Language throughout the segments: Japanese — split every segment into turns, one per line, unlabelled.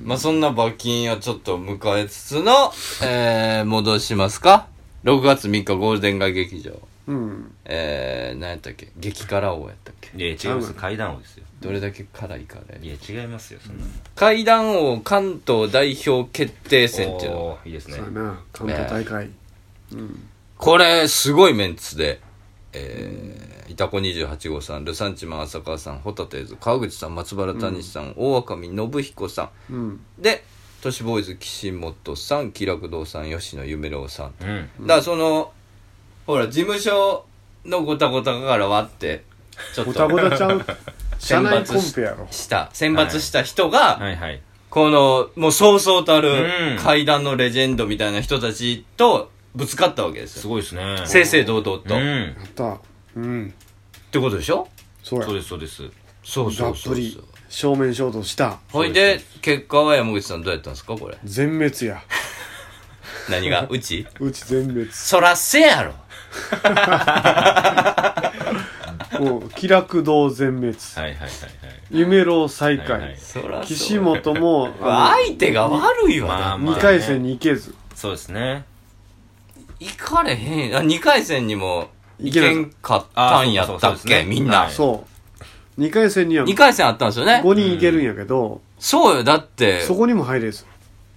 まあ、そんな罰金をちょっと迎えつつの、えー、戻しますか。6月3日ゴールデン街劇場。
うん
えー、何やったっけ激辛王やったっけ
いや違います階段王ですよ
どれだけ辛いかあれ
い。や違いますよそんなの
階段王関東代表決定戦っていうの
おーいいですね
そうやな関東大会、うん
これすごいメンツでえー、いたこ28号さんルサンチマン浅川さんホタテーズ川口さん松原谷さん、大赤見信彦さ
うん
んで都市ボーイズ岸本さん気楽堂さん吉野夢郎さん、
う
だ
ん
からそのほら事務所のごたごたから割ってちょっ
ご
と
たごたちゃう社
選
内
抜
コン
し
ペやろ
した選抜した人が、
はいはい
この、もうそうそうたる
うん
階段のレジェンドみたいな人たちとぶつかったわけです
す
よ。
ごいですね
正々堂々と。
う
っ
ん
やったうん
てことでしょ
そうや
そうですそうです
そう
が
そ
っ
うそ
ぷ
う
り
そう。
正面衝突した
ほいで、結果は山口さんどうやったんですかこれ。
全滅や
何がう ち
うち全滅
そらせやろ
もう気楽堂全滅
はいはいはい
夢郎最下位、
はいはい
そら
岸本もあの
相手が悪い
ま
わ
あ。
2回戦に行けず
そうですね
行かれへん。あ、2回戦にも行
行けな
け
かっ
んかった
た
んやった
あそうそうそう
っ
ですね
けみんな
はい。
そう2回戦には
2回戦あったんですよね
5。人いけるんやけど、
そうよ。だって、
そこにも入れず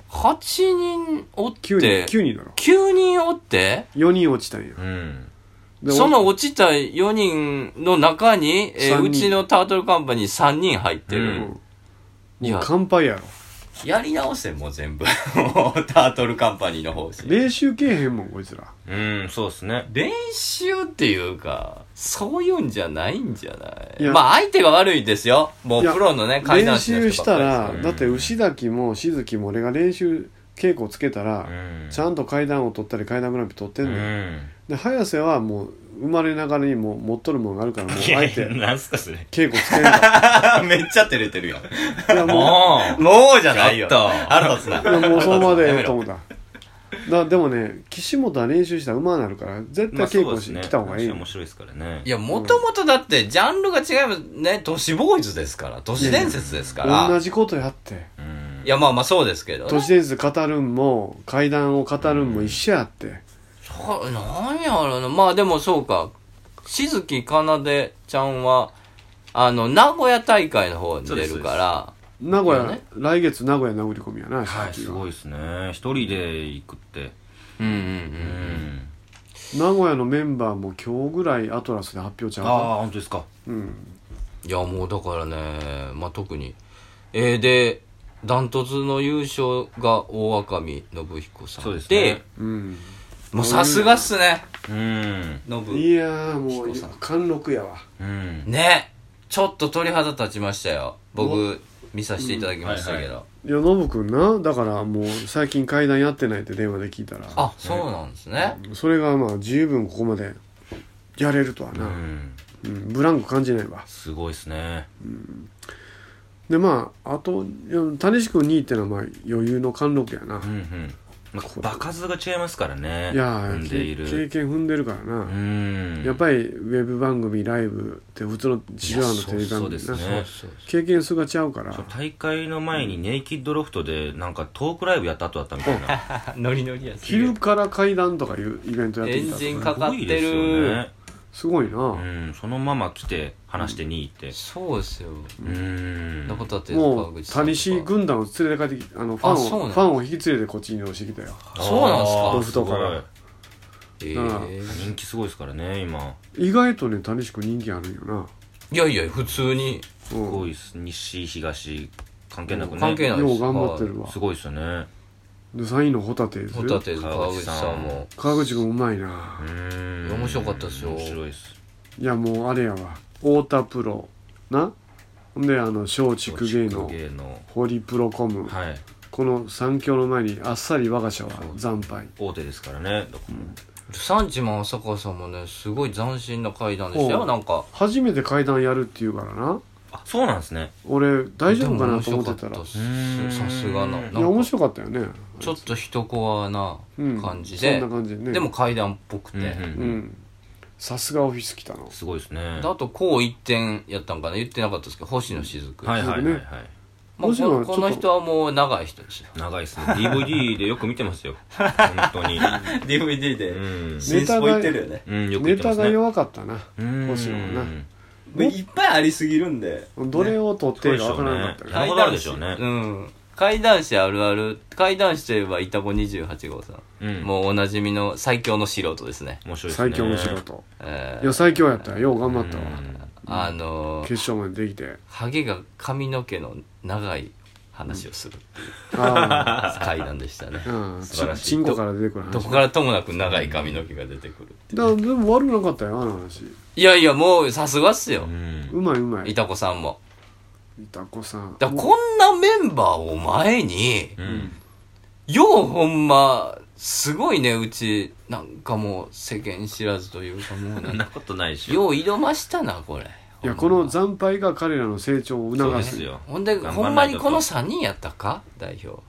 8人おって、
9人9人だろ
9人おって、
4人落ちたんや
うん
で
その落ちた4人の中に、えー
3人
うちのタートルカンパニー3人入って
う
る。
ん
いや、
乾杯やろ
やり直せ、もう全部。 もうタートルカンパニーの方針。
練習けえへんもんこいつら
うんそうですね
練習っていうか、そういうんじゃないんじゃない
いや
まあ相手が悪いですよ。もうい
や
プロのね、階
練
段師の
習
人ば
した、
っからりですから
うん
だって牛崎も静木も俺が練習稽古つけた
う
ら、
ん
ちゃんと階段を取ったり階段グランプリ取って
うん
のよ、
ん
で早瀬はもう生まれながらにもう持っとるもんがあるからもうあ
いや
え
いや
て
なんすかそれ
稽古つけんか
めっちゃ照れてるよ。
いやもう
もう
もうじゃないよ。
ちょっと
あるつな。
いやもうそのまで
や
え
め
えと
ろ
思っただでもね岸本は練習したら馬になるから絶対稽古し、
まあ
来た方がいい
そうですね面白いですからね
いや、もともとだって、ジャンルが違いますね。都市ボーイズですから、都市伝説ですから。
同じことやって
うん
いや、まあまあそうですけど、
都
ね
市。伝説語るんも階段を語るんも一緒やって
そなんやろな。まあでもそうか。静木かなでちゃんは、あの、名古屋大会の方に出るから、
名古
いや
屋
ね
来月名古屋殴り込みやな
はい
鈴
す
木は
ごいですね一人で行くって
うんうんう。
うんん
名古屋のメンバーも今日ぐらいアトラスで発表ちゃ
あ
う
あ
か
本当ですか
うん
いや、もうだからね、まあ特に。えー、で、ダントツの優勝が大赤見信彦さん
そうですね
うん
もうさすがっすね、
うん
信。
いやーもう
彦さん
貫禄やわ
うん
ねちょっと鳥肌立ちましたよ。僕、見させていただきましたけど。
いやノブくんなだからもう最近階段やってないって電話で聞いたら
あ、そうなんですね。
それがまあ十分ここまでやれるとは
う
な、
ん
うん、ブランク感じないわ
すごいですね
でまああといや谷志君2位ってのはまあ余裕の貫禄やな、
うんうんまあ場数が違いますからね
いや
踏ん
ー
でい
け経
る
験踏んでるからな、
うん
やっぱりウェブ番組ライブって普通の地上波のテレビ番組
いやそ
そう
うそうですね
そう
経験数がちゃうから
そう大会の前にネイキッドロフトでなんかトークライブやった後だったみたいな
そう。ノリノリやす
昼から階段とかいうイベントやって
エ
み
ン
た
ジン
とか
かかっ
ね
すごい
て
ですよ
る
ね
すごいな、
うんそのまま来て話して2位って
そうですよ
うん
なことだって
も
川
う
口さんとか
谷志軍団を連れて帰ってきてあのファ
あそう
ン
な
を
の
ファンを引き連れてこっちに移動してきたよ
そうなんすか
あー
ロフトか
え
ら
え
すごい人気すごいですからね今
意外とね谷志君人気あるんよない
やいや普通に
う
す
ん
ごいっす西東関係なくね
関係ないです
よう頑張ってるわ
すごいっすよね
で3位のホタテです
ホタテ川口さんも
川口君うまいな
うーん
面白かったっすよ
面白いっす
いやもうあれやわ太田プロなほんであの松竹芸能
芸能
ホリプロコム、
はい
この三強の前にあっさり我が社は惨敗
大手ですからねどこも
サンチマン浅川さんもねすごい斬新な階段でした
お
よ
う
なんか
初めて階段やるって言うからな
あそうなんですね
俺大丈夫かなと
でも面
思
白
ってた
からったっ
い
す
うん
さすがななんか
や面白かったよね
ちょっと一コアな
うん
感じで
そんな感じでね
でも階段っぽく
うんう
て
うんんさすがオフィス来たの
すごいっすね
であとこう一点やったんかな言ってなかったですけど星野雫
はいはいはいはい
まあ、
もしも
ここの
ちょっと
人はもう長い人ですよ
長いですね DVD でよく見てますよ本当に
DVD で
うん、
新スポ行ってるよね
うん、よく言
ネ
ってま
タ
す
が
ね
弱かったな
うん
星野はな
もういっぱいありすぎるんで
どれを取っていいか
そう
分か
でしょうね
らなかったか
は
ら
い山ほどあるでしょうね
うん怪談師あるある怪談師といえばイタコ28号さん、
うん
もうおなじみの最強の素人ですね、
面白いですね
最強の仕事
え
いや最強やったよよう頑張ったわ
うん
ーあの
決
ー、
勝まででき て
ハゲが髪の毛の長い話をす る
あ
怪談でしたね
あうん
素晴らしい
ちんこから出てくる話
どこからともなく長い髪の毛が出てくるっていう
だからでも悪くなかったよあの話
いやいやもうさすがっすよ
うん
うまいうまい
い
い
たこさんも
たこさん
だからこんなメンバーを前に
うん
ようほんま、すごいね、うち、なんかもう世間知らずというかもう
そ
なんん
な
か、
ことないでしょ
よう挑ましたな、これ。
いや
ほ
こ
んま
の惨敗が彼らの成長を
そう
促
ですすよ
ほんで、
頑張らないと
ほんまにこの3人やったか代表。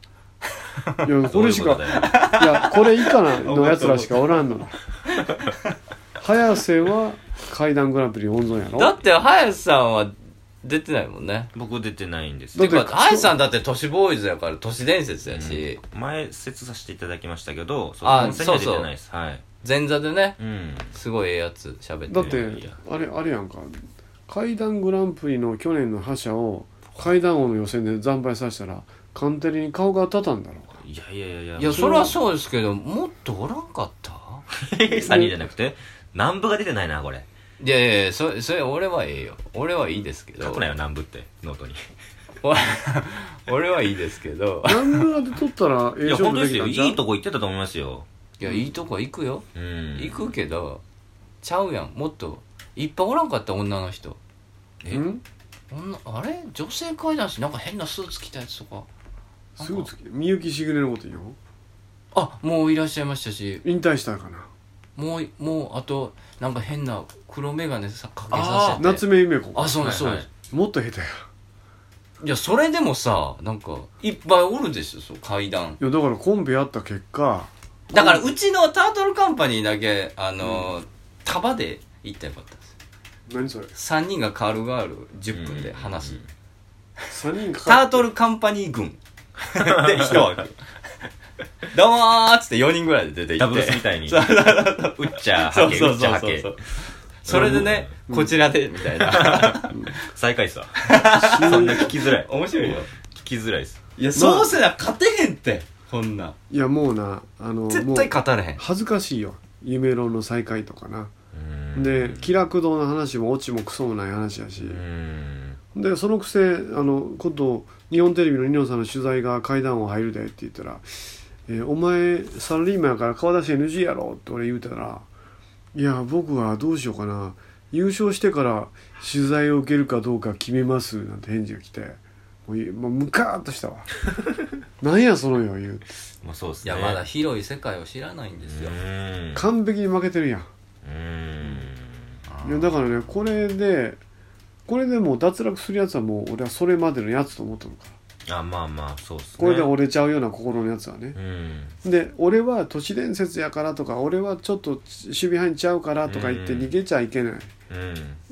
いやこれしか
どう
い
いうこ
やこれ以下のやつらしかおらんのな早瀬は階段グランプリ温存やろ
だって、林さんは出てないもんね。
と僕出てないんです
てか、
だって
林さんだって都市ボーイズやから、都市伝説やし、
前説させていただきましたけどそ
あ
本戦には出てないですはい
前座でね、
うん
すごいええやつ喋ってる。
だってあれあれやんか階段グランプリの去年の覇者を階段王の予選で惨敗させたらカンテレに顔が立たんだろ
いやいやいやいや
いや、それはそうですけど、もっとおらんかった
3 人じゃなくて南部が出てないなこれ
いやいやいや、そそれ俺はええよ。俺はいいですけど。
書くなよ南部ってノートに
わ 俺はいいですけど
う南村で取ったらええ
いや
勝
本当
負
で
ですきたんちゃ
よ
う
いいとこ行ってたと思いますよ
いやいいとこは行くよ、
うん
行くけどちゃうやんもっといっぱいおらんかった女の人
え
ん
女あれ女性階段師なんか変なスーツ着たやつとか
すぐつきみゆきしぐれのこと言うよ
あもういらっしゃいましたし
引退したかな
もうもうあとなんか変な黒眼鏡さかけさせて
夏目夢子
あそうですそう
はい
で
はい
す、
もっと下手や
い、やそれでもさなんかいっぱいおるでしょそう階段
いやだからコンビやった結果
だからうちのタートルカンパニーだけあのー束で行ったらよかったです
何それ
3人がカールガール10分で話す、
うん
3人か
タ
か
ートルカンパニー軍 で一枠 どうもーっつって4人ぐらいで出ていって
ダブルスみたいに
そうそう
うっちゃ
そ
は
う
け
そう
うっち
そ
ゃ
う
は
そう
け
そうそれでね、こちらでみたいな
最下位さそんな聞きづらい
面白いよ
聞きづらいです
いやそうせな勝てへんってこんない
やもうなあの
絶
もう
対勝たれへん
恥ずかしいよ夢論の再会とかな
うん
で気楽堂の話もオチもクソもない話やし
うん
でそのくせあの今度日本テレビの二ノさんの取材が階段を入るでって言ったら「えーお前サラリーマンやから顔出し NG やろ」って俺言うたら「いや僕はどうしようかな優勝してから取材を受けるかどうか決めます」なんて返事が来てもういもうムカーッとしたわ なんやその余裕
まあそうです
い
ね
やまだ広い世界を知らないんですよ
うん
完璧に負けてるやん
うん
いやだからねこれでこれでもう脱落するやつはもう俺はそれまでのやつと思ったのか
あまあまあそうっすね
これで折れちゃうような心のやつはね
うん
で俺は都市伝説やからとか俺はちょっと守備範囲ちゃうからとか言って
うん
逃げちゃいけない、
うん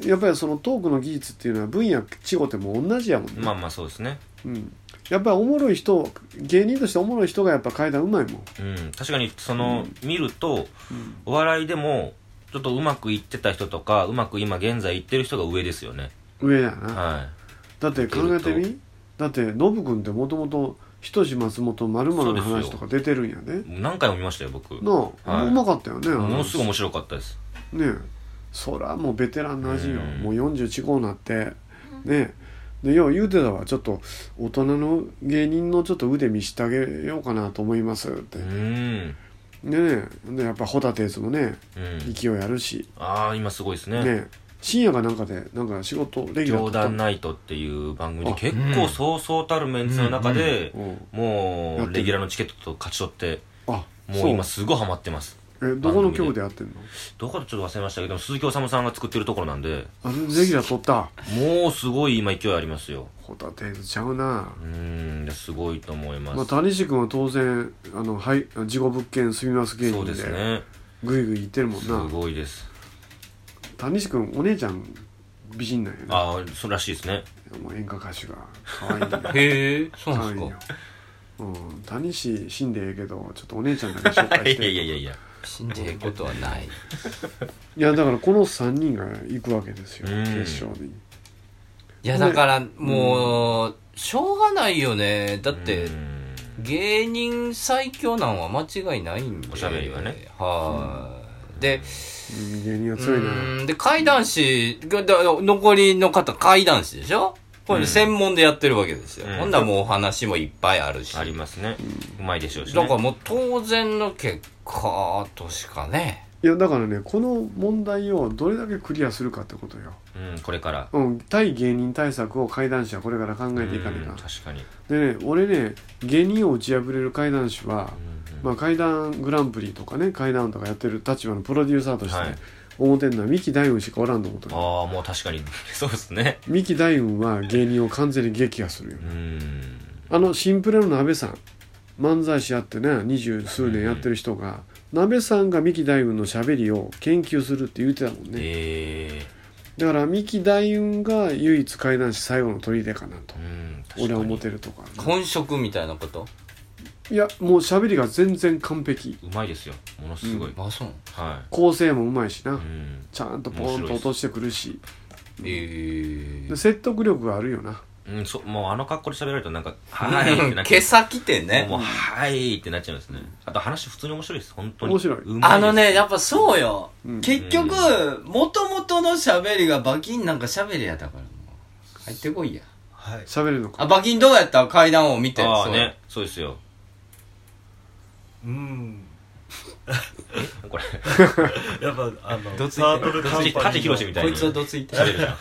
やっぱりそのトークの技術っていうのは分野違うても同じやもんね、
まあまあそうですね
うん、やっぱりおもろい人芸人としておもろい人がやっぱ階段うまいもん
うん確かにその見るとお笑いでもちょっとうまくいってた人とかうまく今現在いってる人が上ですよね
上やな、
は
だって考えてみだってノブ君ってもともと人志松本まるの
そうです
話
よ
とか出てるんやね
い何回も見ましたよ僕
な
も
あ、
はいう
まかったよねあの
のすごい面白かったです
ねえそらもうベテランの味よ、
うん
もう40近うなってねえでよう言うてたわちょっと大人の芸人のちょっと腕見してあげようかなと思いますって、
う
ね
ん
えでやっぱホタテやつもね
うん
勢いあるし、
ああ今すごいですね
ねえ深夜かなんかでなんか仕事レギュラー
冗
取った
談ナイトっていう番組で結構そうそうたるメンツの中で
うん
も
やって
う
る
レギュラーのチケットと勝ち取って
あ
もう今すごいハマってます
そうえどこの局でやってんの
どこでちょっと忘れましたけど鈴木おさむさんが作ってるところなんで
あレギュラー取った
もうすごい今勢いありますよ
ホタテやつちゃうな
うーんいやすごいと思います、
まあ谷志君は当然あのはい事故物件住みます芸
そ
人
う
で
ですね
ぐいぐい言ってるもん
す
な
ごいです
谷地君お姉ちゃん美人なんやね
ああそうらしいですね
ども演歌歌手が可愛いんだ よ
へえそう
可
な
愛
ん
い
で
よ
すか、
うん、谷氏死んでええけどちょっとお姉ちゃんだけ紹介し
い
て
やいやいやいや
死んでることはない
いやだからこの3人が行くわけですよ、
うん
決勝に
いやだからもうしょうがないよねだって
うん
芸人最強なんは間違いないんで
おしゃべりはね
はいで
うん芸人は
う
強いな
ーんで怪談師がだ残りの方怪談師でしょこ
うん
れ専門でやってるわけですよ、
うん
ほんならもうお話もいっぱいあるし
ありますねうまいでしょうし
だ
ね
からもう当然の結果としかね
いやだからねこの問題をどれだけクリアするかってことよ、
うんこれから
うん、対芸人対策を怪談師はこれから考えていかね
うん
ば
確かに
でね俺ね芸人を打ち破れる怪談師は、まあ、怪談グランプリとかね怪談とかやってる立場のプロデューサーとして、
はい
表には三木大雲しかおらんと思ってる
ああもう確かに そうですね
三木大雲は芸人を完全に撃破するよ
うん
あのシンプレの鍋さん漫才師やってね二十数年やってる人が、鍋さんが三木大雲のしゃべりを研究するって言ってたもんね
え
だから三木大雲が唯一怪談師最後の砦かなと
えうん確かに
俺は思ってるとか
本職みたいなこと
いやもうしゃべりが全然完璧
うまいですよものすごい
あそう
は
構成もうまいしな、
いうん
ちゃんとポーンと落としてくるし
ええ
で説得力があるよな
うんそもうあの格好で喋られるとな んか「はい」って
今
なっちゃう
朝来てね
もう「はい」ってなっちゃいますねあと話普通に面白いです本当に
面白い
いうまです
あのね、やっぱそうよ。
うん
結局、もともとの喋りがバキンなんか喋りやだからもう。入ってこいや。
はい
喋るのか
あ、バキンどうやった階段を見て。
ああ
そう
ね。そうですよ
うん
これ
やっぱあの
どついてる
サークルカンパニーの
舘ひろしみたい
こ
に
いつはどついて
喋るじゃん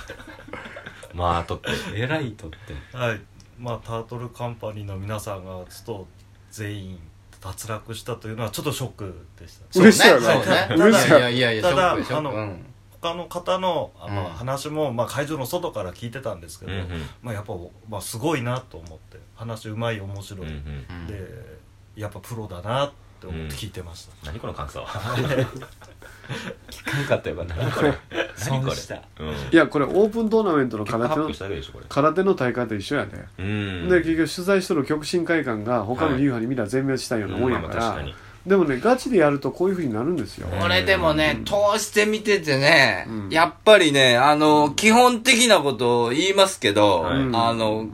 まあとって
えらいとって。
はいまあタートルカンパニーの皆さんがちょっと全員脱落したというのはちょっとショックでした
嬉しいよ
そうね。そう
嬉
ね
し
い
いよ
やいやいや、ショ
ただ
ックでしょ。
あの
うん
他の方のあの、
うん
話も、まあ、会場の外から聞いてたんですけ
うん
ど、
うん
まあ、やっぱ、まあ、すごいなと思って話うまい面白
う
い、
んうん
うん
でやっぱプロだなって思って聞いてました、
何この感想は
聞かんかったよかった。
これ
損
何これ
した
うん
いやこれオープントーナメントの
結果
空
発
手の
表しただけでしょこれ
空手の大会と一緒やね、
うん
で結局取材しとる極真会館が他の流派にみんな全滅したようなもんやから、
まあまあ確かに
でもねガチでやるとこういうふうになるんですよ、
俺でもね、通して見ててね、
うん
やっぱりね、あの、基本的なことを言いますけど、
はい
あの、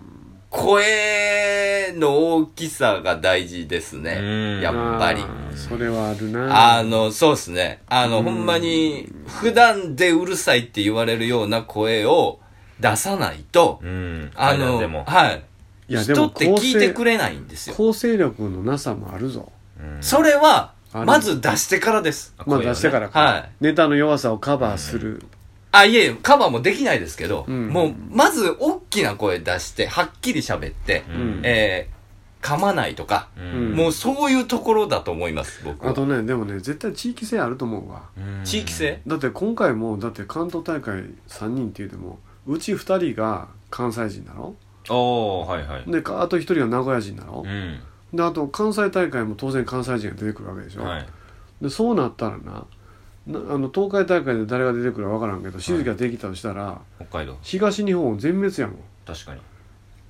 声の大きさが大事です
うん
ね。やっぱり
あ。ーそれはあるな
あの、そうですね。あの、ほんまに、普段でうるさいって言われるような声を出さないと、
うん
あ
階段
の
でも、
はい。
いやで
人
も
って
構
聞いて
成
くれないんですよ。
構成力のなさもあるぞ
うん
それは、
ある
まず出してからです。
まあ
声をね
出してからか、
はい
ネタの弱さをカバーする、
あ、いえいえ、カバーもできないですけど、
うん
もう、まず、大きな声出して、はっきり喋って、
うん
えー、噛まないとか、
うん
もうそういうところだと思います、僕
あ
は。
とねでもね絶対地域性あると思うわ
うん
地域性
だって今回もだって関東大会3人って言うてもうち2人が関西人だろ
おおはいはい
でかあと1人が名古屋人だろ
うん
であと関西大会も当然関西人が出てくるわけでしょ、
はい
でそうなったらななあの東海大会で誰が出てくるか分からんけど静ができたとしたら、
北海道
東日本全滅やもん
確かに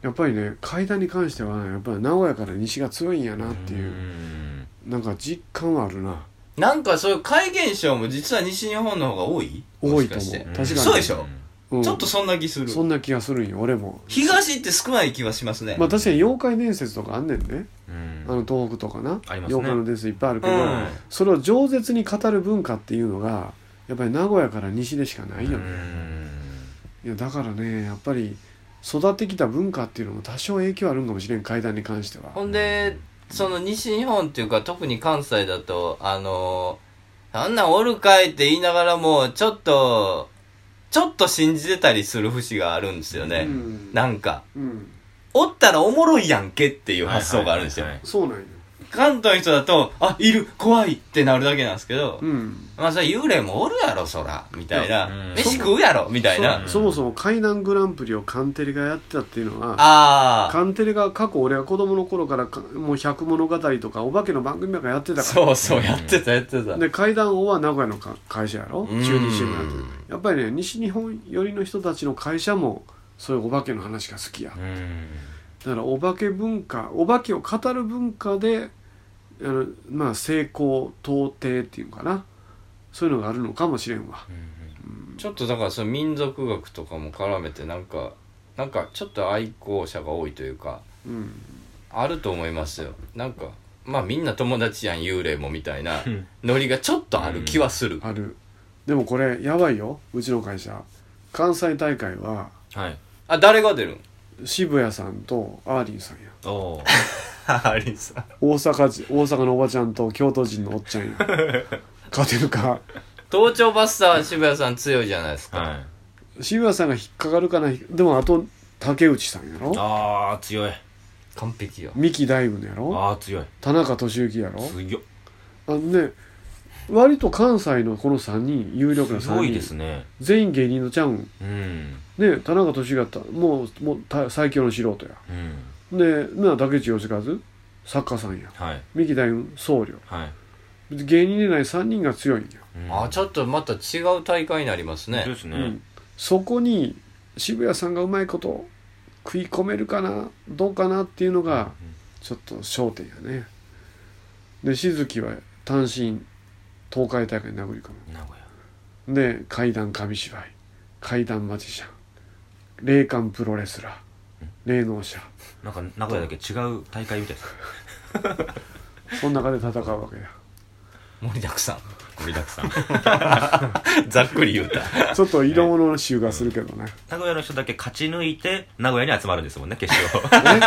やっぱりね階段に関してはねやっぱり名古屋から西が強いんやなっていう、
ん
なんか実感はあるな
なんかそういう怪現象も実は西日本の方が多い
多
も
い
し
と
か
思
し
う
て
確かに
そうでしょ
うん
ちょっとそんな気する。
そんな気がするんよ俺も
東って少ない気はしますね。
まあ確かに妖怪伝説とかあんねんね
うん
あの東北とかな、
ありますね
妖怪の伝説いっぱいあるけど、
うん
それを饒舌に語る文化っていうのがやっぱり名古屋から西でしかないよ
う
ね、
ん
いやだからねやっぱり育ってきた文化っていうのも多少影響あるんかもしれん階段に関しては
ほんで、その西日本っていうか、特に関西だと、あのあんなんおるかいって言いながらも、ちょっと、ちょっと信じてたりする節があるんですよね。
うん
なんか、
うん
おったらおもろいやんけっていう発想があるんですよ。
はいはい
そうなんよ
関東の人だと、あ、いる、怖いってなるだけなんですけど、
うん
まあそれ幽霊もおるやろ、そら、みたいな。
うん
飯食うやろ、みたいな。
ん
そそもそも階段グランプリをカンテレがやってたっていうのは
ああ、
カンテレが過去俺が子供の頃からかもう百物語とかお化けの番組なんかやってたから
そうそう、やってた、やってた。
で階段王は名古屋のか会社やろ
うん
中日新聞やってるやっぱりね西日本寄りの人たちの会社もそういうお化けの話が好きや
うん
だからお化け文化お化けを語る文化であのまあ成功到底っていうのかなそういうのがあるのかもしれんわ
ちょっとだからその民族学とかも絡めてなんかなんかちょっと愛好者が多いというか
うん
あると思いますよなんかまあみんな友達やん幽霊もみたいな
うん
ノリがちょっとある気はする、
あるでもこれやばいようちの会社関西大会は
はい
あ誰が出 るん
渋谷さんとアーリンさんや
おお
ありさ
大阪人大阪のおばちゃんと京都人のおっち ゃんや勝てるか
盗聴バスター渋谷さん強いじゃないですか、
はい
渋谷さんが引っかかるかなでもあと竹内さんやろ
ああ強い
完璧よ
三木大文やろ
ああ強い
田中俊之やろ
強い
あのね割と関西のこの3人有力な
す
3
ごい
人
ですね
全員芸人のちゃうん
うん
ね田中俊之がたもうもうた最強の素人や
うん
でな竹内義和作家さんや
はい
三木大文僧侶
はい
芸人でない3人が強いんや、
うん
あちょっとまた違う大会になります
強い
ね
です
う
ね
んそこに渋谷さんがうまいこと食い込めるかなどうかなっていうのがちょっと焦点やねで静木は単身東海大会殴り込
名古屋
むで怪談紙芝居怪談マジシャン霊感プロレスラー霊能者
なんか名古屋だけ違う大会みたいです
その中で戦うわけや
盛りだくさん
盛りだくさん名
ざっくり言うた
ちょっと色物の集がするけどね
古屋の人だけ勝ち抜いて名古屋に集まるんですもんね 決勝
ね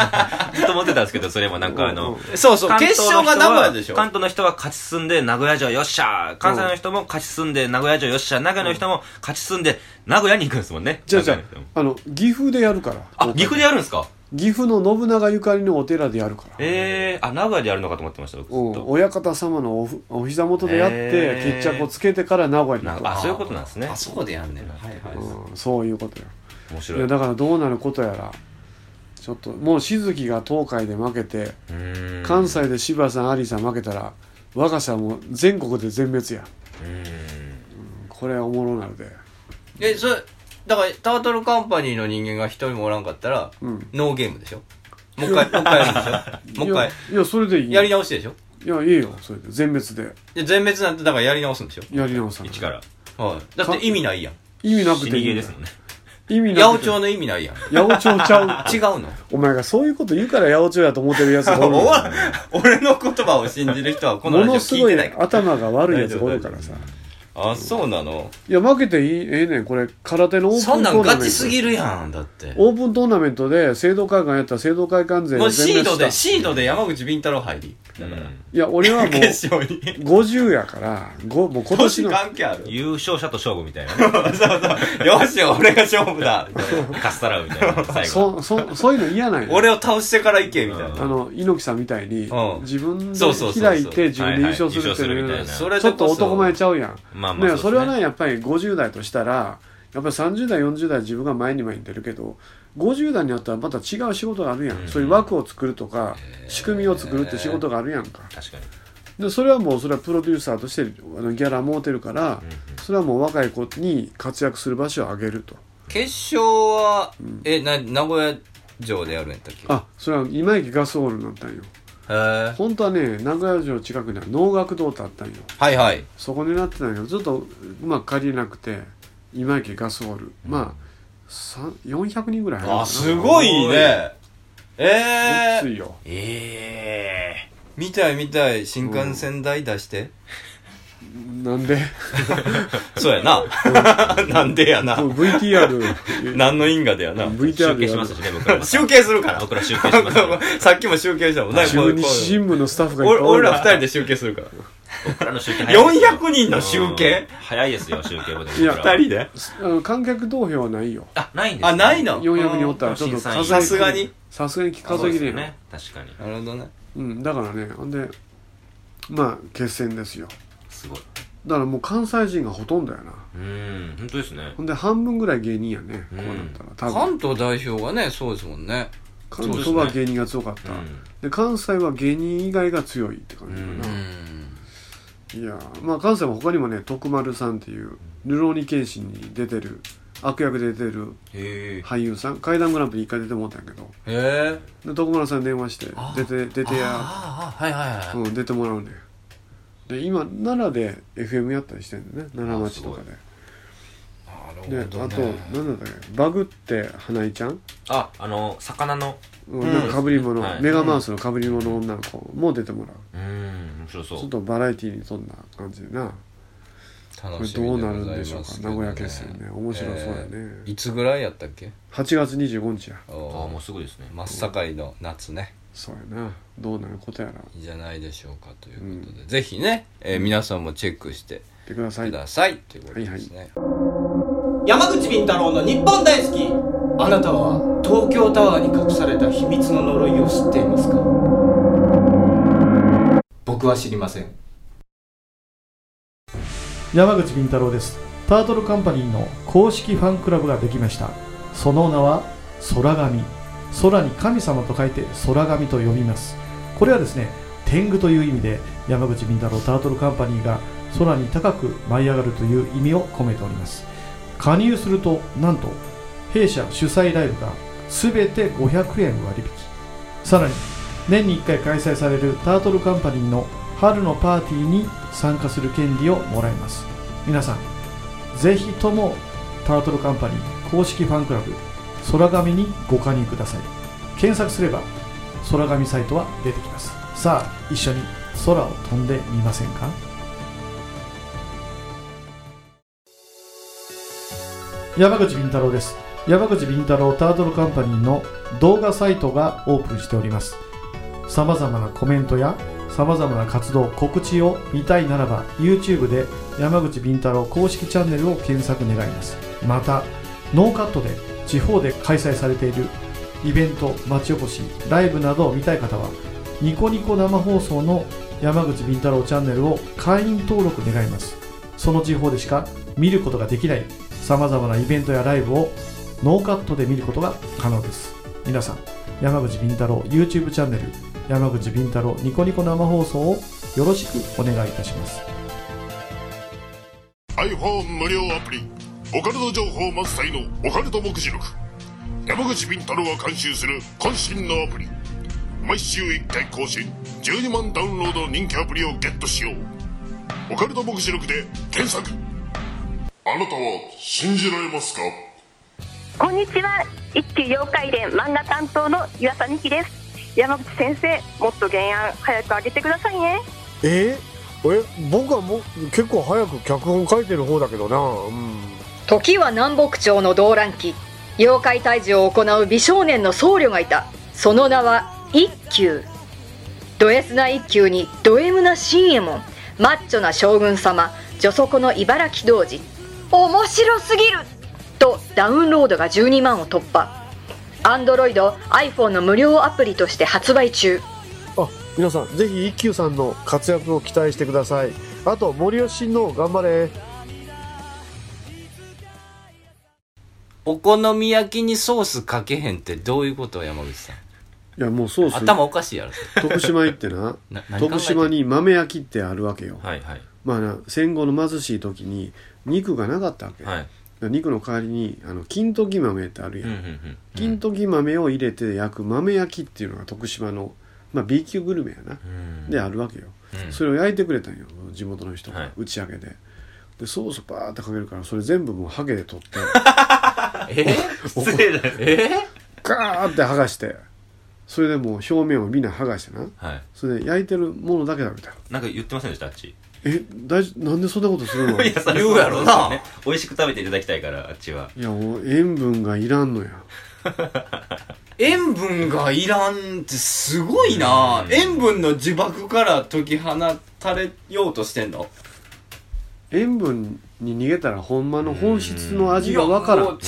ずっと思ってたんですけどそれもなんかあ
うん
の
そうそう
関
決
東の人
勝が名
は
古屋でしょ
関東の人は勝ち進んで名古屋城よっしゃー関西の人も勝ち進んで名古屋城よっしゃー名古屋の人も勝ち進んで名古屋に行くんですもんね
じゃあじゃ
名古屋の
あ
人も
あの岐阜でやるから
あ岐阜でやるんですか
岐阜の信長ゆかりのお寺でやるから、
ええあ名古屋でやるのかと思ってました僕ず
う
っ
ん
と
親方様のおふお膝元でやって、
へー
決着をつけてから名古屋に行
な
く
あ
わ
そういうことなんですね
あそこでやんねんはいはい、
うん、そういうことよ
面
い
白い
や
う
だからどうなることやらちょっともう静木が東海で負けて、
ーん
関西で柴田さんアリーさん負けたら我が社も全国で全滅や
うーん
これはおもろなるで
えそれだからタートルカンパニーの人間が一人もおらんかったら、
うん
ノーゲームでしょもう一 回もう一回やるんでしょもう一
い
回
やいやそれでいい
やり
い
直しでしょ
やいいよそれで全滅で
で全滅なんてだからやり直すんでし
やり直さない
一から
ょはいだって意味ないやん
意味なく
死
て
に
いい
ゲー
ん
で
だ
すもんね
意
八
味な
百
くていい
長の意味 ないやん違
八百長ち ゃう
うの
お前がそういうこと言うから八百長やと思ってるやつがおる
お
よ
わ俺の言葉を信じる人はこの
もの
話
す
を聞い
ご
て
い
ないから
頭が悪いやつがおるからさ
あそうなの
いや負けていいええねんこれ空手のオープント
そ
ー
ん
ナ
な
メン
ん
ト
ガチすぎるやんだっても
オープントーナメントで制度会館やったら制度会館勢
うシードで
した
シードで山口敏太郎入りだから
うん
いや俺はもう
決勝に
50やからごもう今 年
年
の
関係ある
優勝者と勝負みたいなね
よし俺が勝負だみたいな
カスタラウみたいな最後
そそそういうの嫌なんや
俺を倒してから行けみたい
あ
な
の猪木さんみたいに
うん
自分で
そうそうそうそう
開いて自分で優勝するっていう
はいはい優勝するみたいな
それ
ちょ
で
っと
こそ
男前ちゃうやん
まあまあ
ね、
そ
そうれ
です
は
ね
ねやっぱり50代としたらやっぱり30代40代自分が前に前に出るけど50代になったらまた違う仕事があるやん、
うん
そういう枠を作るとか仕組みを作るって仕事があるやんか
確かに
でそれはもうそれはプロデューサーとしてあのギャラもうてるから、それはもう若い子に活躍する場所をあげると
決勝はえな名古屋城でやるんやったっけ
あそれは今駅ガスホールになったんよ
へえ
本当はね名古屋城近くには能楽堂ってあったんよ
はいはい
そこになってたんやけどちょっとうまく借りれなくて今駅ガスホール、まあさん400人ぐらい入るかな
あすごいねえ
きつ
え
いよ
ええ
見たい見たい新幹線代出して
なんで
そうやな なんでやな
もう VTR
何の因果だよな
VTR
集
で
計
や
し
る
ますしね僕らまた
集計するから
僕ら集計しますから
さっきも集計したもんな
中日新聞のスタッフがいっ
俺
ぱいお
俺
る
ら二人で集計するから
僕らの集計
400人の集計
うん早いですよ集計も
いや
二人で
あの観客投票はないよ
あないんですね
あないの
400人おったらちょっと
審査員
数え
さすがに
さすがに数
そう
え
で
き
す
れ
よ
ん
ね確かに
なるほどね
うんだからねほんでまあ決戦ですよ
すごい
だからもう関西人がほとんどやな
うん本当ですね
ほんで半分ぐらい芸人やねこう
うん
なったら多
関
分
東代表がねそうですもんね
関東は芸人が強かった、で関西は芸人以外が強いって感じか
う
う
な、
ん
いやーまあ関西は他にもね徳丸さんっていう「ルローニケンシン」に出てる悪役で出てる
へえ
俳優さん怪談グランプリ一回出てもらったんやけど
へえ
で徳村さんに電話して
あ
出て出てや、
あーあーはいはいはい、
うん、出てもらうねんで今奈良で FM やったりしてんだよね奈良町とかで
なる
で
ほ
あ
ど
と
ね
なんだったっけバグって花井ちゃん
ああの魚の
うん
ん
なんかぶり物、
はい
メガマウスのかぶり物の女の子も出てもらう
うーん面白そ
ちょっ
う
とバラエティーに富んだ感じでなこ
楽
れ
しみ
どう
で
な
ござい
るん
ま
ですしょうか、
けど
名古屋決戦ね面白そうやね、
えーいつぐらいやったっけ
8月25日や
あ
お
ーも
ー
うすぐですね
真っ盛りの夏ね
そうやなどうなることやらっ
いいじゃないでしょうかということで、ぜひね、えー皆さんもチェックして
てください
ください、ということですね、
山口敏太郎の日本大好きあなたは東京タワーに隠された秘密の呪いを知っていますか僕は知りません
山口敏太郎ですタートルカンパニーの公式ファンクラブができましたその名は空神空に神様と書いて空神と呼びますこれはですね天狗という意味で山口敏太郎タートルカンパニーが空に高く舞い上がるという意味を込めております加入するとなんと弊社主催ライブが全て500円割引さらに年に1回開催されるタートルカンパニーの春のパーティーに参加する権利をもらいます皆さんぜひともタートルカンパニー公式ファンクラブ空紙にご加入ください検索すれば空紙サイトは出てきますさあ一緒に空を飛んでみませんか山口敏太郎です山口敏太郎タートルカンパニーの動画サイトがオープンしておりますさまざまなコメントやさまざまな活動告知を見たいならば YouTube で山口敏太郎公式チャンネルを検索願いますまたノーカットで地方で開催されているイベント町おこしライブなどを見たい方はニコニコ生放送の山口敏太郎チャンネルを会員登録願いますその地方でしか見ることができないさまざまなイベントやライブをノーカットで見ることが可能です皆さん山口敏太郎 YouTube チャンネル山口敏太郎ニコニコ生放送をよろしくお願いいたします
iPhone 無料アプリオカルト情報満載のオカルト目次録山口敏太郎が監修する渾身のアプリ毎週1回更新12万ダウンロードの人気アプリをゲットしようオカルト目次録で検索あなたは信じられますか
こんにちは一級妖怪伝漫画担当の岩佐美希です山口先生もっと原案早く上げてくださいね
ええ僕はもう結構早く脚本書いてる方だけどな、うん、
時は南北朝の動乱期妖怪退治を行う美少年の僧侶がいたその名は一休ド S な一休にド M な新右衛門マッチョな将軍様女底の茨城童子面白すぎるとダウンロードが12万を突破アンドロイド iPhone の無料アプリとして発売中
あ皆さんぜひ一休さんの活躍を期待してくださいあと森吉の頑張れ
お好み焼きにソースかけへんってどういうこと山口さん
いやもうソース
頭おかしいやろそれ
徳島行ってな
な何考えてん
徳島に豆焼きってあるわけよ、
はいはい
まあな戦後の貧しい時に肉がなかったわけ、
はい
肉の代わりにあの金時豆ってあるや
うん
ん、
うんうん
金時豆を入れて焼く豆焼きっていうのが徳島の、まあ、B 級グルメやな、
うん
であるわけよ、
うん
それを焼いてくれたんよ地元の人が、
はい
打ち上げででソースパーってかけるからそれ全部もうハゲで取って
え
失礼だよ
え
ガーって剥がしてそれでもう表面をみんな剥がしてな
はい
それで焼いてるものだけ食べたいな
なんか言ってませんでしたあっち
え大丈夫なんでそんなことする のい
それ
言うやろな
そうですよね美味しく食べていただきたいからあっちは
やもう塩分がいらんのや
塩分がいらんってすごいな
うん
塩分の呪縛から解き放たれようとしてんの
塩分に逃げたらほんまの本質の味がわから
いやも
ん
う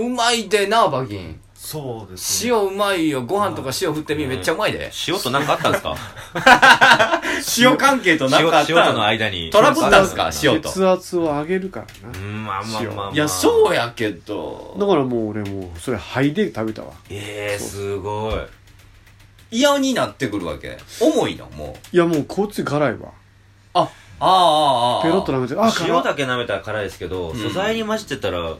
塩うまいでなバギン
そうですね
塩うまいよご飯とか塩振ってみめっちゃうまいで
塩となんかあったんですか
塩関係となん
塩
かあっ
塩と
た
の
の
間に
トラブったんすか塩と
血圧を上げるからな
うんまあまあまあまあ
いやそうやけど
だからもう俺もうそれ肺で食べたわ
ええすごい
嫌になってくるわけ重いのもう
いやもうこっち辛いわ
ああああああ
ペロッと舐めてあ辛
塩
い
だけ舐めたら辛いですけど
ん
素材に混じってたら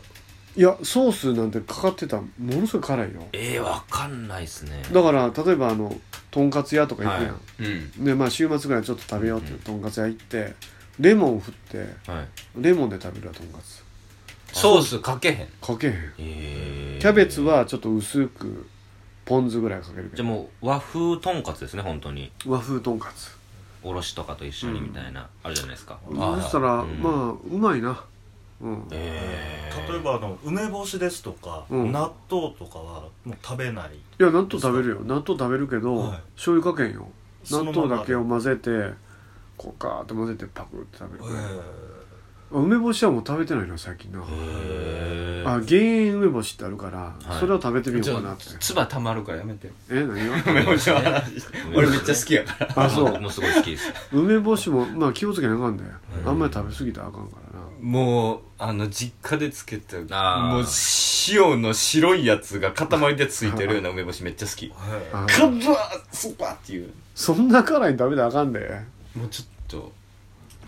いやソースなんてかかってたらものすごい辛いよ
ええわかんないっすね
だから例えばあのとんかつ屋とか行くやん、
うん
でまあ週末ぐらいちょっと食べようってとんかつ屋行ってレモン振って
はい
レモンで食べるわとんかつ
ソースかけへん
かけへん
ええ
キャベツはちょっと薄くポン酢ぐらいかけるけ
じゃ
ど
あもう和風とんかつですね本当に
和風とんかつ
おろしとかと一緒にみたいな、あるじゃないですか
そしたら、
うん
まあうまいなうん
例えばあの梅干しですとか、
うん
納豆とかはもう食べない
いや納豆食べるよ納豆食べるけど、
はい
醤油かけんよ
そ
納
のまま
豆だけを混ぜてこうガーッと混ぜてパクって食べる
え、
あ梅干しはもう食べてないな最近な
え
あ減塩梅干しってあるから、
はい
それを食べてみよ
ち
う
ょっ
かな
と
って
つばたまるからやめ て
え何
梅
が
干しの話俺めっちゃ好きやから
あそ
僕
う
もすごい好きです
梅干しもまあ気をつけなあかんで、あんまり食べ過ぎたらあかんからな
もうあの実家でつけた
あー
もう塩の白いやつが塊でついてるような梅干 しめっちゃ好き
あ
カバースパーっていう
そんな辛いの食べたらあかんで
もうちょっと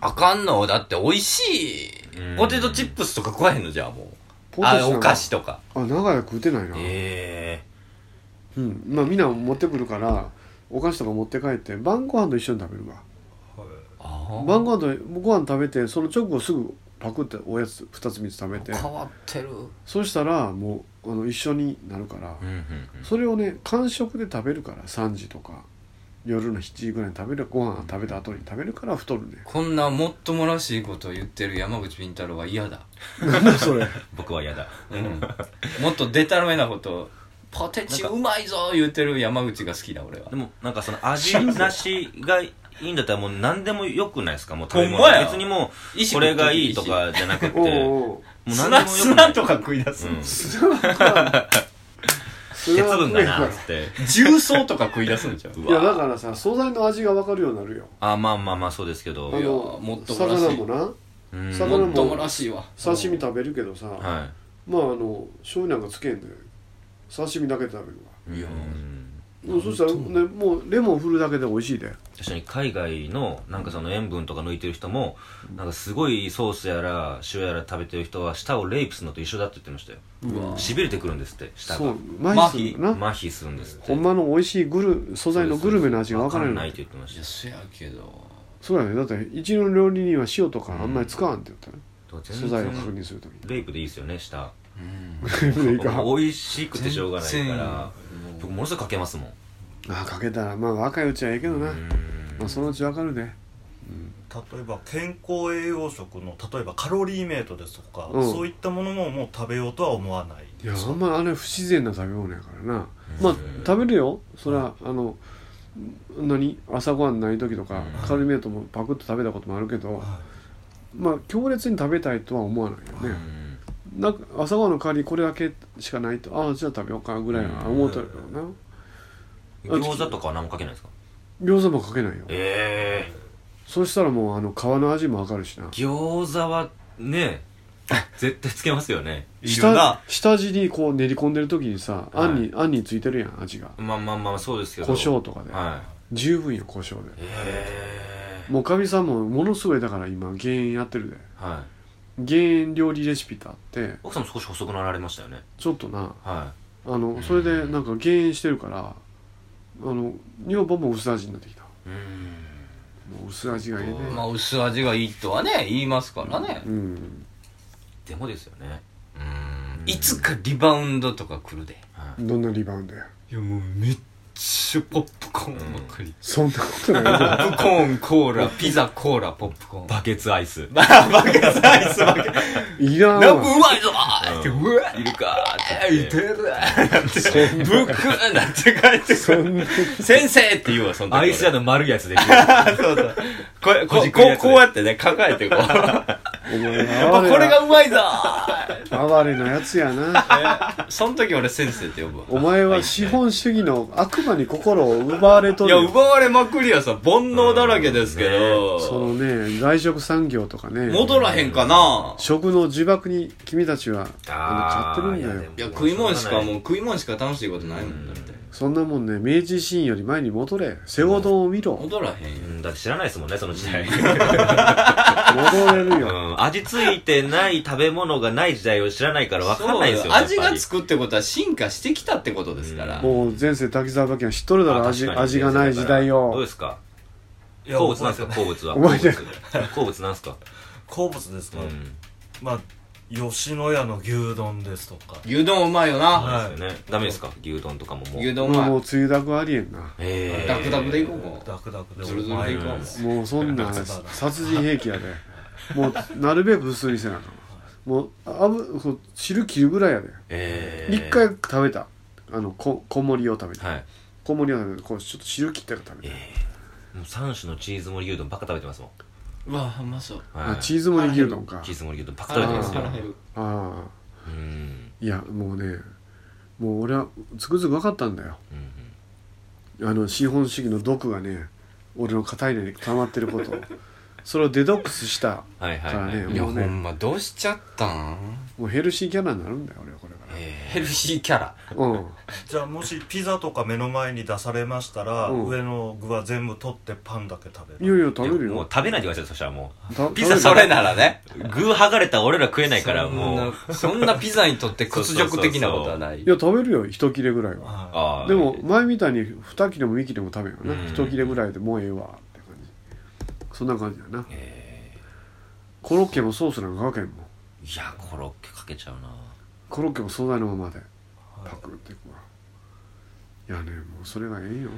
あかんのだって美味しい
うん
ポテトチップスとか食わへんのじゃあもう
ポテ
あ
チなんか
お菓子とか
あ長い間食うてないな、
え
うんまあみんな持ってくるからお菓子とか持って帰って晩ご飯と一緒に食べるわ
あー
晩ご飯とご飯食べてその直後すぐパクっておやつ2つ3つ食べて
変わってる
そうしたらもうあの一緒になるから、
えうんうんうん
それをね間食で食べるから3時とか夜の7時ぐらいに食べるご飯食べた後に食べるから太るね
こんなもっともらしいことを言ってる山口敏太郎は嫌だ、
なんだ それ
僕は嫌だ
うん、もっとデタラメなことをポテチうまいぞ言ってる山口が好きだ俺は
でもなんかその味なしがいいんだったらもう何でもよくないですかもう食
ほ
べ
ん
物
まや
別にも
意
う
思
これがいいとかじゃなくて
おう
もう
おう
何でも
砂
よくな
砂
い
とか食い出す、
うん
鉄
鉄分だなっつって
重曹とか食い出すんじゃん
いやだからさ素材の味が分かるようになるよ
あまあまあまあそうですけ
あ
ど
いや
の
もっともらしい
魚もな
うん
魚
もっともらしいわ
刺身食べるけどさ、
は
まああの醤油なんかつけんで刺身だけで食べるわ
い
いや
うん
もうそしたら、ね、もうレモン振るだけで美味しいで
確かに海外のなんかその塩分とか抜いてる人もなんかすごいソースやら塩やら食べてる人は舌をレイプするのと一緒だって言ってましたよしびれてくるんですって舌
そう
が
麻痺するんだな、
麻痺するんですって
ほんまの美味しいグル素材のグルメの味が分から
わ
ない
ないって言ってま
い
し
やそやけど
そうだねだって一流の料理人は塩とかあんまり使わんって言ったね、
たよ
素材を確認するときに
レイプでいいですよね舌
いいか
美味しくてしょうがない
全
か
然
ら僕ものすごいかけますもん
あかけたらまあ若いうちはいいけどな、まあ、そのうち分かるね
例えば健康栄養食の例えばカロリーメイトですとか、
うん
そういったものももう食べようとは思わない
いやあんまりあれ不自然な食べ物やからなまあ食べるよそれはあの何朝ごはんない時とかカルメートもパクッと食べたこともあるけど
は
まあ強烈に食べたいとは思わないよねなんか朝ごはんの代わりにこれだけしかないとああじゃあ食べようかぐらいは思うとるけどな
餃子とかは何もかけないですか
餃子もかけないよ
ええ
そしたらもうあの皮の味もわかるしな
餃子はね絶対つけますよね
いるな
下下地にこう練り込んでる時にさ、
はい
あんにあんについてるやん味が
まあまあまあそうですけど
胡椒とかで
は
十分よ胡椒で
いえ
もうかみさんもものすごいだから今減塩やってるで
えはい
減塩料理レシピってあって
奥さんも少し細くなられましたよね
ちょっとな
は
あのそれでなんか減塩してるからあの女房も薄味になってきた
いうん
もう薄味がいいね
まあ薄味がいいとはね言いますからね
うん
でもですよねうん
いつかリバウンドとか来るで
はい
どんなリバウンドや
いやもうめっちゃポップコーンばっかり
そんなことない
ポ
よ
ップコーンコーラピザコーラポップコーン
バケツアイス
バカサイズバカ
いらん
ラップ
わ
うまいぞーってうわ
いるかーって
ーいてるーってブックーなって帰ってくる先生って言うわその時
ア
俺
イス屋の丸いやつできる
そうそうこれこ
こ
う
じ
こ
くり
う
やつ
こうやってね抱えてこう
お前
これがうまいぞ
哀れなやつやな
ーその時俺先生って呼ぶわ
お前は資本主義の悪魔に心を奪われと
い
る
や
よ
奪われまくりやさ煩悩だらけですけど、
そのね外食産業とかね
戻らへんかな
食の呪縛に君たちはあの買ってるんだよ
いや食い物しかもう食い物しか楽しいことないもんだって
そんなもんね明治維新より前に戻れ西郷丼を見ろ
戻らへんよ
うん、だって知らないですもんねその時代
戻れるよ
うん、味付いてない食べ物がない時代を知らないから分かんないですよ
味がつ
く
くってことは進化してきたってことですから、
もう前世滝沢馬券知っとるだろ味味がない時代
どう
を
ですか
いや
好物なんですか
覚
好物は好
覚えてない
物好物なんですか
好物ですか、
うん
まあ吉野家の牛丼ですとか
牛丼うまいよな、
は
そうですよねダメですか牛丼とかももう
牛
も
丼
う
うまい、
もうつゆだくありえんな
えー
ダクダクでいこうも
ダクダクで
ズルズルでいこ
お前
う
もうそ んなん殺人兵器やでもうなるべく薄いせなあかんもうあぶこう汁切るぐらいやで
えー
一回食べたあのこ小盛りを食べて
はい
小盛りを食べてこうちょっと汁切ったから食べ
え
て
ーもう3種のチーズ盛り牛丼ばっか食べてますもん
うわうまそう
は
あ
い
チーズ盛り牛丼か
チーズ盛り牛丼ばっか食
腹
べて
減
ま
る
す
腹減
よ
る
ああ
うんうん
いやもうねもう俺はつくづく分かったんだよ
うん
あの資本主義の毒がね俺の体内に溜まってる ことそれをデトックスした
はいはい
から
はい
ね
いや
も
ほ
うね
んまどうしちゃったん
もうヘルシーキャラになるんだよ俺はこれから
え
ヘルシーキャラ
うん
じゃあもしピザとか目の前に出されましたら、
うん
上の具は全部取ってパンだけ食べ
い
る
よいよ
ー
食べる
もう
よ
食べないでくださいそしたらも
た
ピザそれならね
う具剥がれたら俺ら食えないからもう
そんなそんなピザにとって屈辱的なことはない
いや食べるよ一切れぐらいは
は
あー
でも前みたいに2切れも3切れも食べんよな
うん
一切れぐらいでもうええわって感じそんな感じだなコロッケもソースなんかかけんもん
いやコロッケかけちゃうな
コロッケも素材のままでパクっていくわいやねもうそれがええよ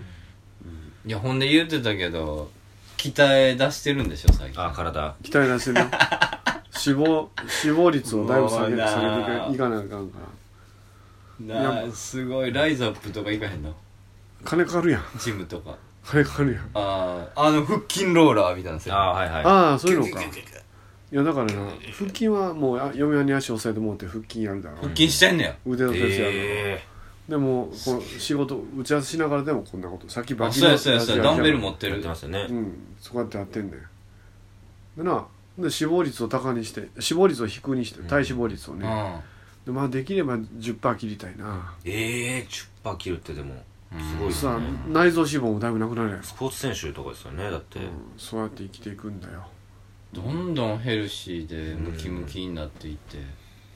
いやほんで言ってたけど鍛え出してるんでしょ最近
あー体
期待出してるよ死亡死亡率をだいぶ下げ
う
て
わー
下げていかなあかんから
なあすごいライズアップとか行かへんの
金かかるやん
ジムとか
金かかるやん
あああの腹筋ローラーみたいな
あ
せ
ーはいはい
ああそういうのかいやだからな腹筋はもうあ嫁はんに足押さえてもうて腹筋やるだろ
腹筋してんねや
腕の先生やる、
え
でもこう仕事打ち合わせしながらでもこんなことさっきバ
あ
キ
そうやそうや
ラジ
そ
オ
うや
や
ダン
ったやん
ベル持って
ーやっ
る
てますよね
うんそうやってやってんねんでなで死亡率を高にして死亡率を低にして体脂肪率を
うん
ね、でまあできれば10%切りたいな、
ええ10%切るってでもすごいです
さあ
ね
内臓脂肪もだいぶなくなるやん
スポーツ選手とかですよねだって
うんそうやって生きていくんだよ
どんどんヘルシーでムキムキになっていって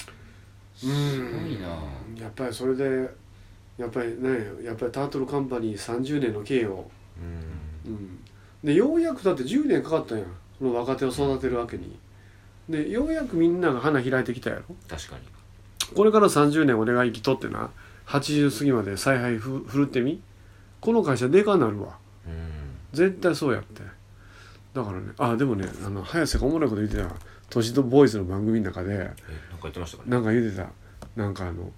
う
すごい
ん
な
やっぱりそれでやっぱりねやっぱりタートルカンパニー30年の経営を、
うん
うん、でようやくだって10年かかったやんその若手を育てるわけにでようやくみんなが花開いてきたやろ
確かに
これから30年俺が生きとってな80過ぎまで采配ふ振るってみこの会社でかなるわ
うん
絶対そうやってだからねあでもねあの早瀬がおもろいこと言ってた都市とボーイズの番組の中で
えなんか言ってましたかね
なんか言うてたなんかあの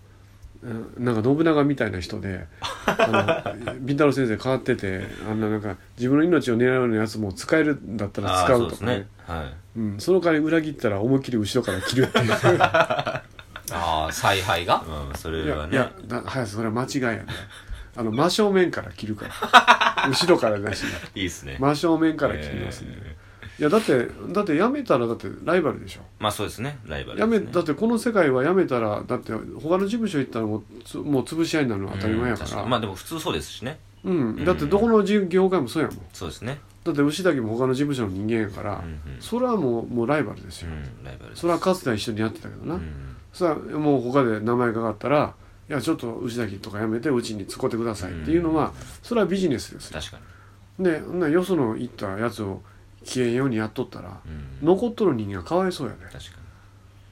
うんなんか信長みたいな人であの ビンタロウ先生変わっててあんななんか自分の命を狙うようなやつも使えるんだったら
ああ
使
そうう
と
です
かね
ねはい
うん、その代わり裏切ったら思いっきり後ろから切るっていうい
ああ采配が
うんそれは
やい
ね
やだ早瀬それは間違いやねあの真正面から切るから後ろからだし
いいですね
真正面から切りますね、
え
いやだってだってやめたらだってライバルでしょ
ーまあそうですねライバル
やめ
ですね
だってこの世界はやめたらだって他の事務所行ったらもうつもう潰し合いになるのは当たり前やか
うん確
ら、
にまあでも普通そうですしね
うん、だってどこの事業界もそうやもん
そうですね
だって牛岳も他の事務所の人間やから、
うんうん
それはもうもうライバルです
う
よ、
んライバルです
それはかつては一緒にやってたけどな、
うん
それはもう他で名前かかったらいやちょっと牛崎とかやめてうちに使ってくださいっていうのは、それはビジネスですよ
確かに
でほんならよその行ったやつを消えんようにやっとったら
うん
残っとる人間はかわいそうやね
確か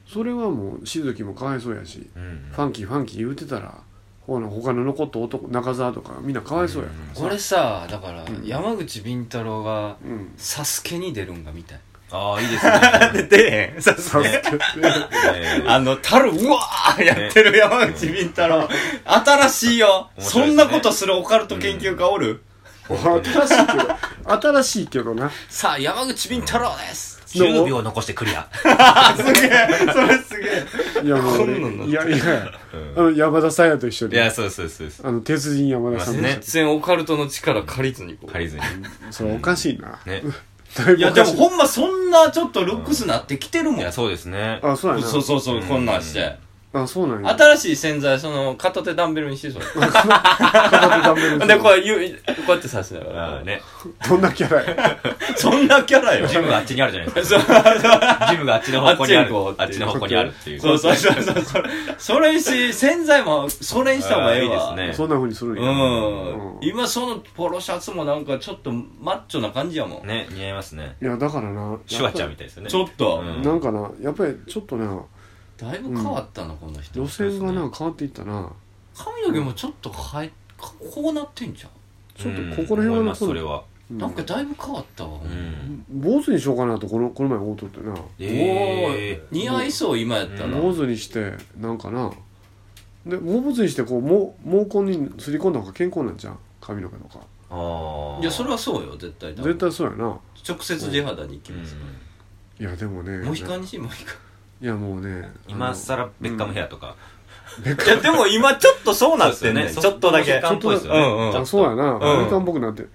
それはもう静木もかわいそうやし、
にうん
ファンキーファンキー言うてたらほら他の残った男中澤とかみんなかわいそうやからさ
俺さだから山口敏太郎が
うん
「サスケに出るんが見たい
ああいいですね
出へんサス
助けて
えー
あの、タル、うわーやってる山口敏太郎。新しいよ。
面白
そ
いですね
んなことするオカルト研究家おる
新しいけど新しいけどな
さあ、山口敏太郎です。
10秒残してクリア
あ、すげえ。それすげえ。
いやもう
こんなんなっ
俺いやいやあの山田さんやと一緒
い
に
や
あ
そうですそうですそうです
の鉄人山田さんと一緒
ね
全然オカルトの力借りずにこう。
借りずに
それおかしいな
ね
だい
い
ぶ
や、
お
で
か
も
しい
ほんまそんなちょっとルックスなってきてるもん。
いやそうですね
あそうやな
そうそうそう、こんなんして。
ああそうなんや
新しい洗剤、その、片手ダンベルにしてそう。
片手ダンベルにす
で、
る
こういう、こうやって刺しながら。
ね。
どんなキャラや
そんなキャラよ。
ジムがあっちにあるじゃないです
そう
か。ジムがあっちの方向にある。
あっちへ行こうって
あっちの方向にあるっていう。
そうそうそうそうそう。それにし、洗剤も、それにした方がええわ。
あーいいですね
そんなふうにするん
うん
やう。んい
今そのポロシャツもなんかちょっとマッチョな感じやもん。
ね、似合いますね。
やだからな
シュワちゃんみたいですよね。
ちょっと、
うん
なんかなやっぱりちょっとな
だいぶ変わったな、この人。
路線がな変わっていったな
髪の毛もちょっと変え、かこうなってんじゃん。
ちょっと
うん
ここら辺は
思います
こう
それは。
うん
なんかだいぶ変わったわ。
うん。
坊主にしようかなとこのこの前思うとってな
お
え
ー似合いそう、今やったら。
坊主にしてなんかなで坊主にしてこう毛毛根にすり込んだ方が健康なんじゃん髪の毛とか
ー。ああ。
いや、それはそうよ、絶対。
絶対そうやな
直接地肌に行き
う
ますか
い
ん。
やでもね
ら。モヒカンにし、モヒカン。
いやもうね
今更ベッカムヘ
ア
アとか。
いや、でも今ちょっとそうなってんね。
そうですよね
ちょっとだけ。
ちょっとだけ
うんうん。
あそうやな
うん
アメリカンっぽくなってる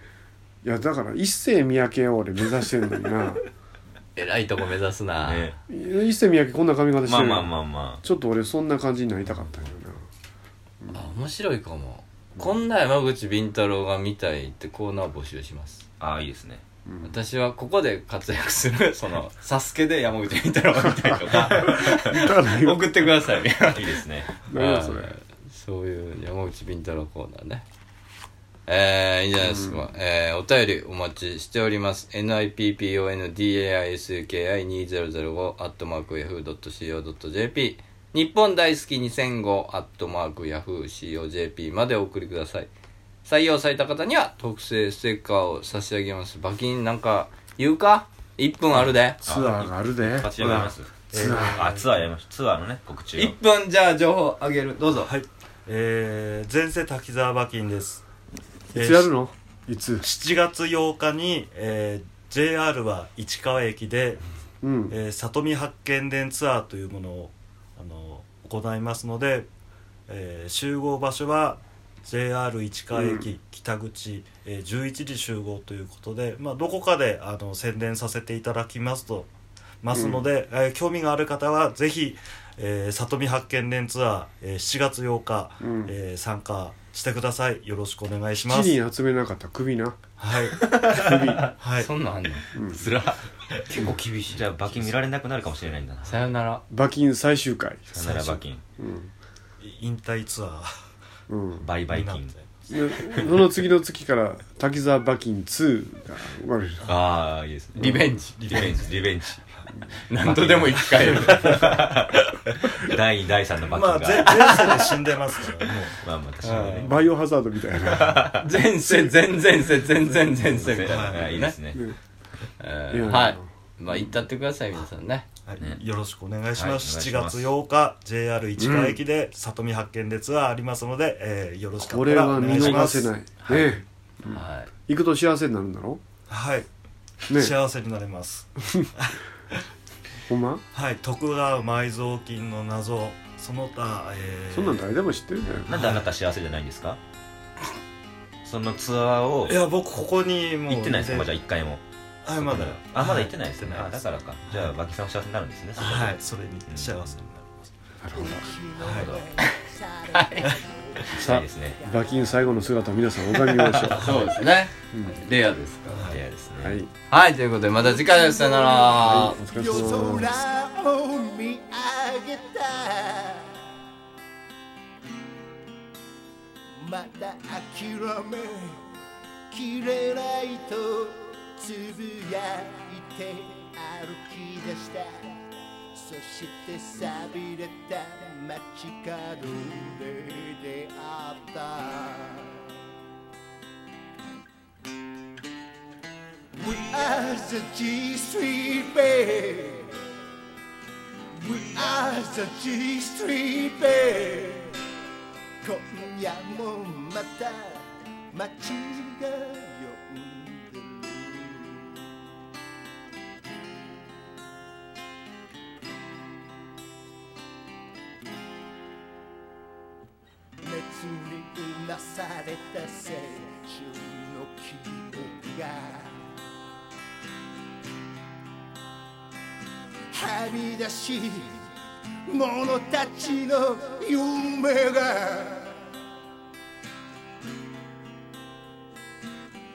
いやだから一世三宅を俺目指してるのにな
偉いとこ目指すな。
ね。
一世三宅こんな髪型して
まあ
る
まあまあま
ちょっと俺そんな感じになりたかったんよな
あ、面白いかも。こんな山口敏太郎が見たいってコーナー募集します。
あ。ああ、いいですね。
私はここで活躍する、その、サスケで山口敏太郎が見たいとか、 送ってください。
いいですね。
何やそれ
はいそういう山口敏太郎コーナーねえー、いいんじゃないですか、えーお便りお待ちしております NIPPONDAISUKI2005-yahoo.co.jp 日本大好き2005 yahoo.co.jp までお送りください採用された方には特製ステッカーを差し上げます馬金なんか言うか1分あるで
ツアーがあるで
立ち上がります。
ツアー
あ、ツアーやりました。ツアーのね、告知を。
1分じゃあ情報あげるどうぞ
はいえー、前世滝沢馬琴です
いつやるのいつ
7月8日に、えー JR は市川駅で
うん
えー里見八犬伝ツアーというものをあの行いますので、えー集合場所は JR 市川駅、北口、えー11時集合ということで、まあ、どこかであの宣伝させていただきますとますので、えー興味がある方はぜひ、えー、里見八犬伝ツアー、えー7月8日、
うん
えー参加してくださいよろしくお願いしま
7
す。
人集めなかったら首な
はい、はい
そんなんあんの
つら。結構厳しい。じゃあ、馬金見られなくなるかもしれないんだな。
さよなら
馬琴最終回
さよなら馬金。
うん
引退ツア
うん
バイバ
ー
イ
になっ
金
て。
でその次の月から滝沢馬琴2が生まれる
ああ、いいですね。
リベンジ
リベンジ、リベンジ。
何とでも生き返る
第2、第3の馬
まあ
金が。
前前世で死んでますからもう。
まあまあ、確かにね。
バイオハザードみたい な
前世前前世前前前世みたいな
はいいいですね。
え
い
ー
や
はいまあ行ったってください皆さんね
はい
ね
よろしくお願いし
はいお願
ま
いし
す。
ます
7月8日、JR 市川駅で、里見発見でツアーありますので、えーよろしか
こ
った
れ
ら
は
お
見
願いしま
逃
す。
せないねえ
は
行くと幸せになるんだろ
はい、
ねえ
幸せになれます。
ほんま
はい、徳川埋蔵金の謎、その他、えー
そんなん誰でも知ってるんだよ
なんであなた幸せじゃないんですかそのツアーを
いや、僕ここにもう
行ってないですかまあじゃあ
全
一回も。
はい、まだ。
あ、まだ行ってないですね。
は
あ、だからか。じゃあ、馬木さんも幸せになるんですね。そこで
はい、それに幸せにな
なるほど。
さ
いいですね。
あ馬琴最後の姿皆さん拝みましょう
いそうですね
うん
レアですか
いやですね。
はい
らはいということでまた次回ですさよなら
お疲れ様です
また諦めきれないとつぶやいて歩き出したそして錆びれた街角で出会った We are the G Street Band We are the G Street Band 今夜もまた街が呼んでる熱にうなされた青春の記憶がはみ出し
者たちの夢が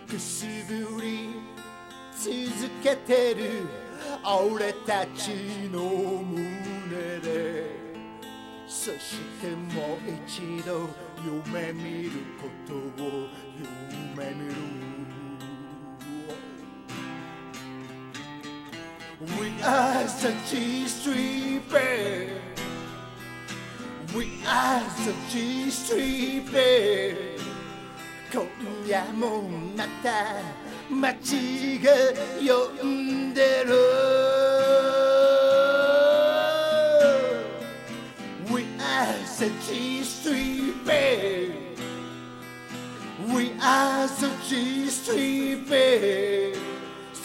くすぶり続けてる俺たちの胸でそしてもう一度夢見ることを夢見る We are the G-Street Band We are the G-Street Band 今夜もまた街が呼んでる We are the G-Street Band We are the G-Street Band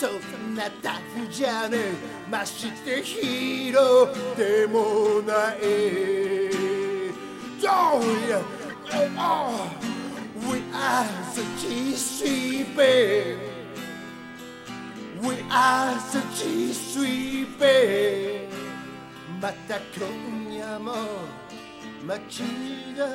そんなタフじゃねえましてヒーローでもない Oh yeah! Oh! We are the GCB. We are the GCB. また今夜も街が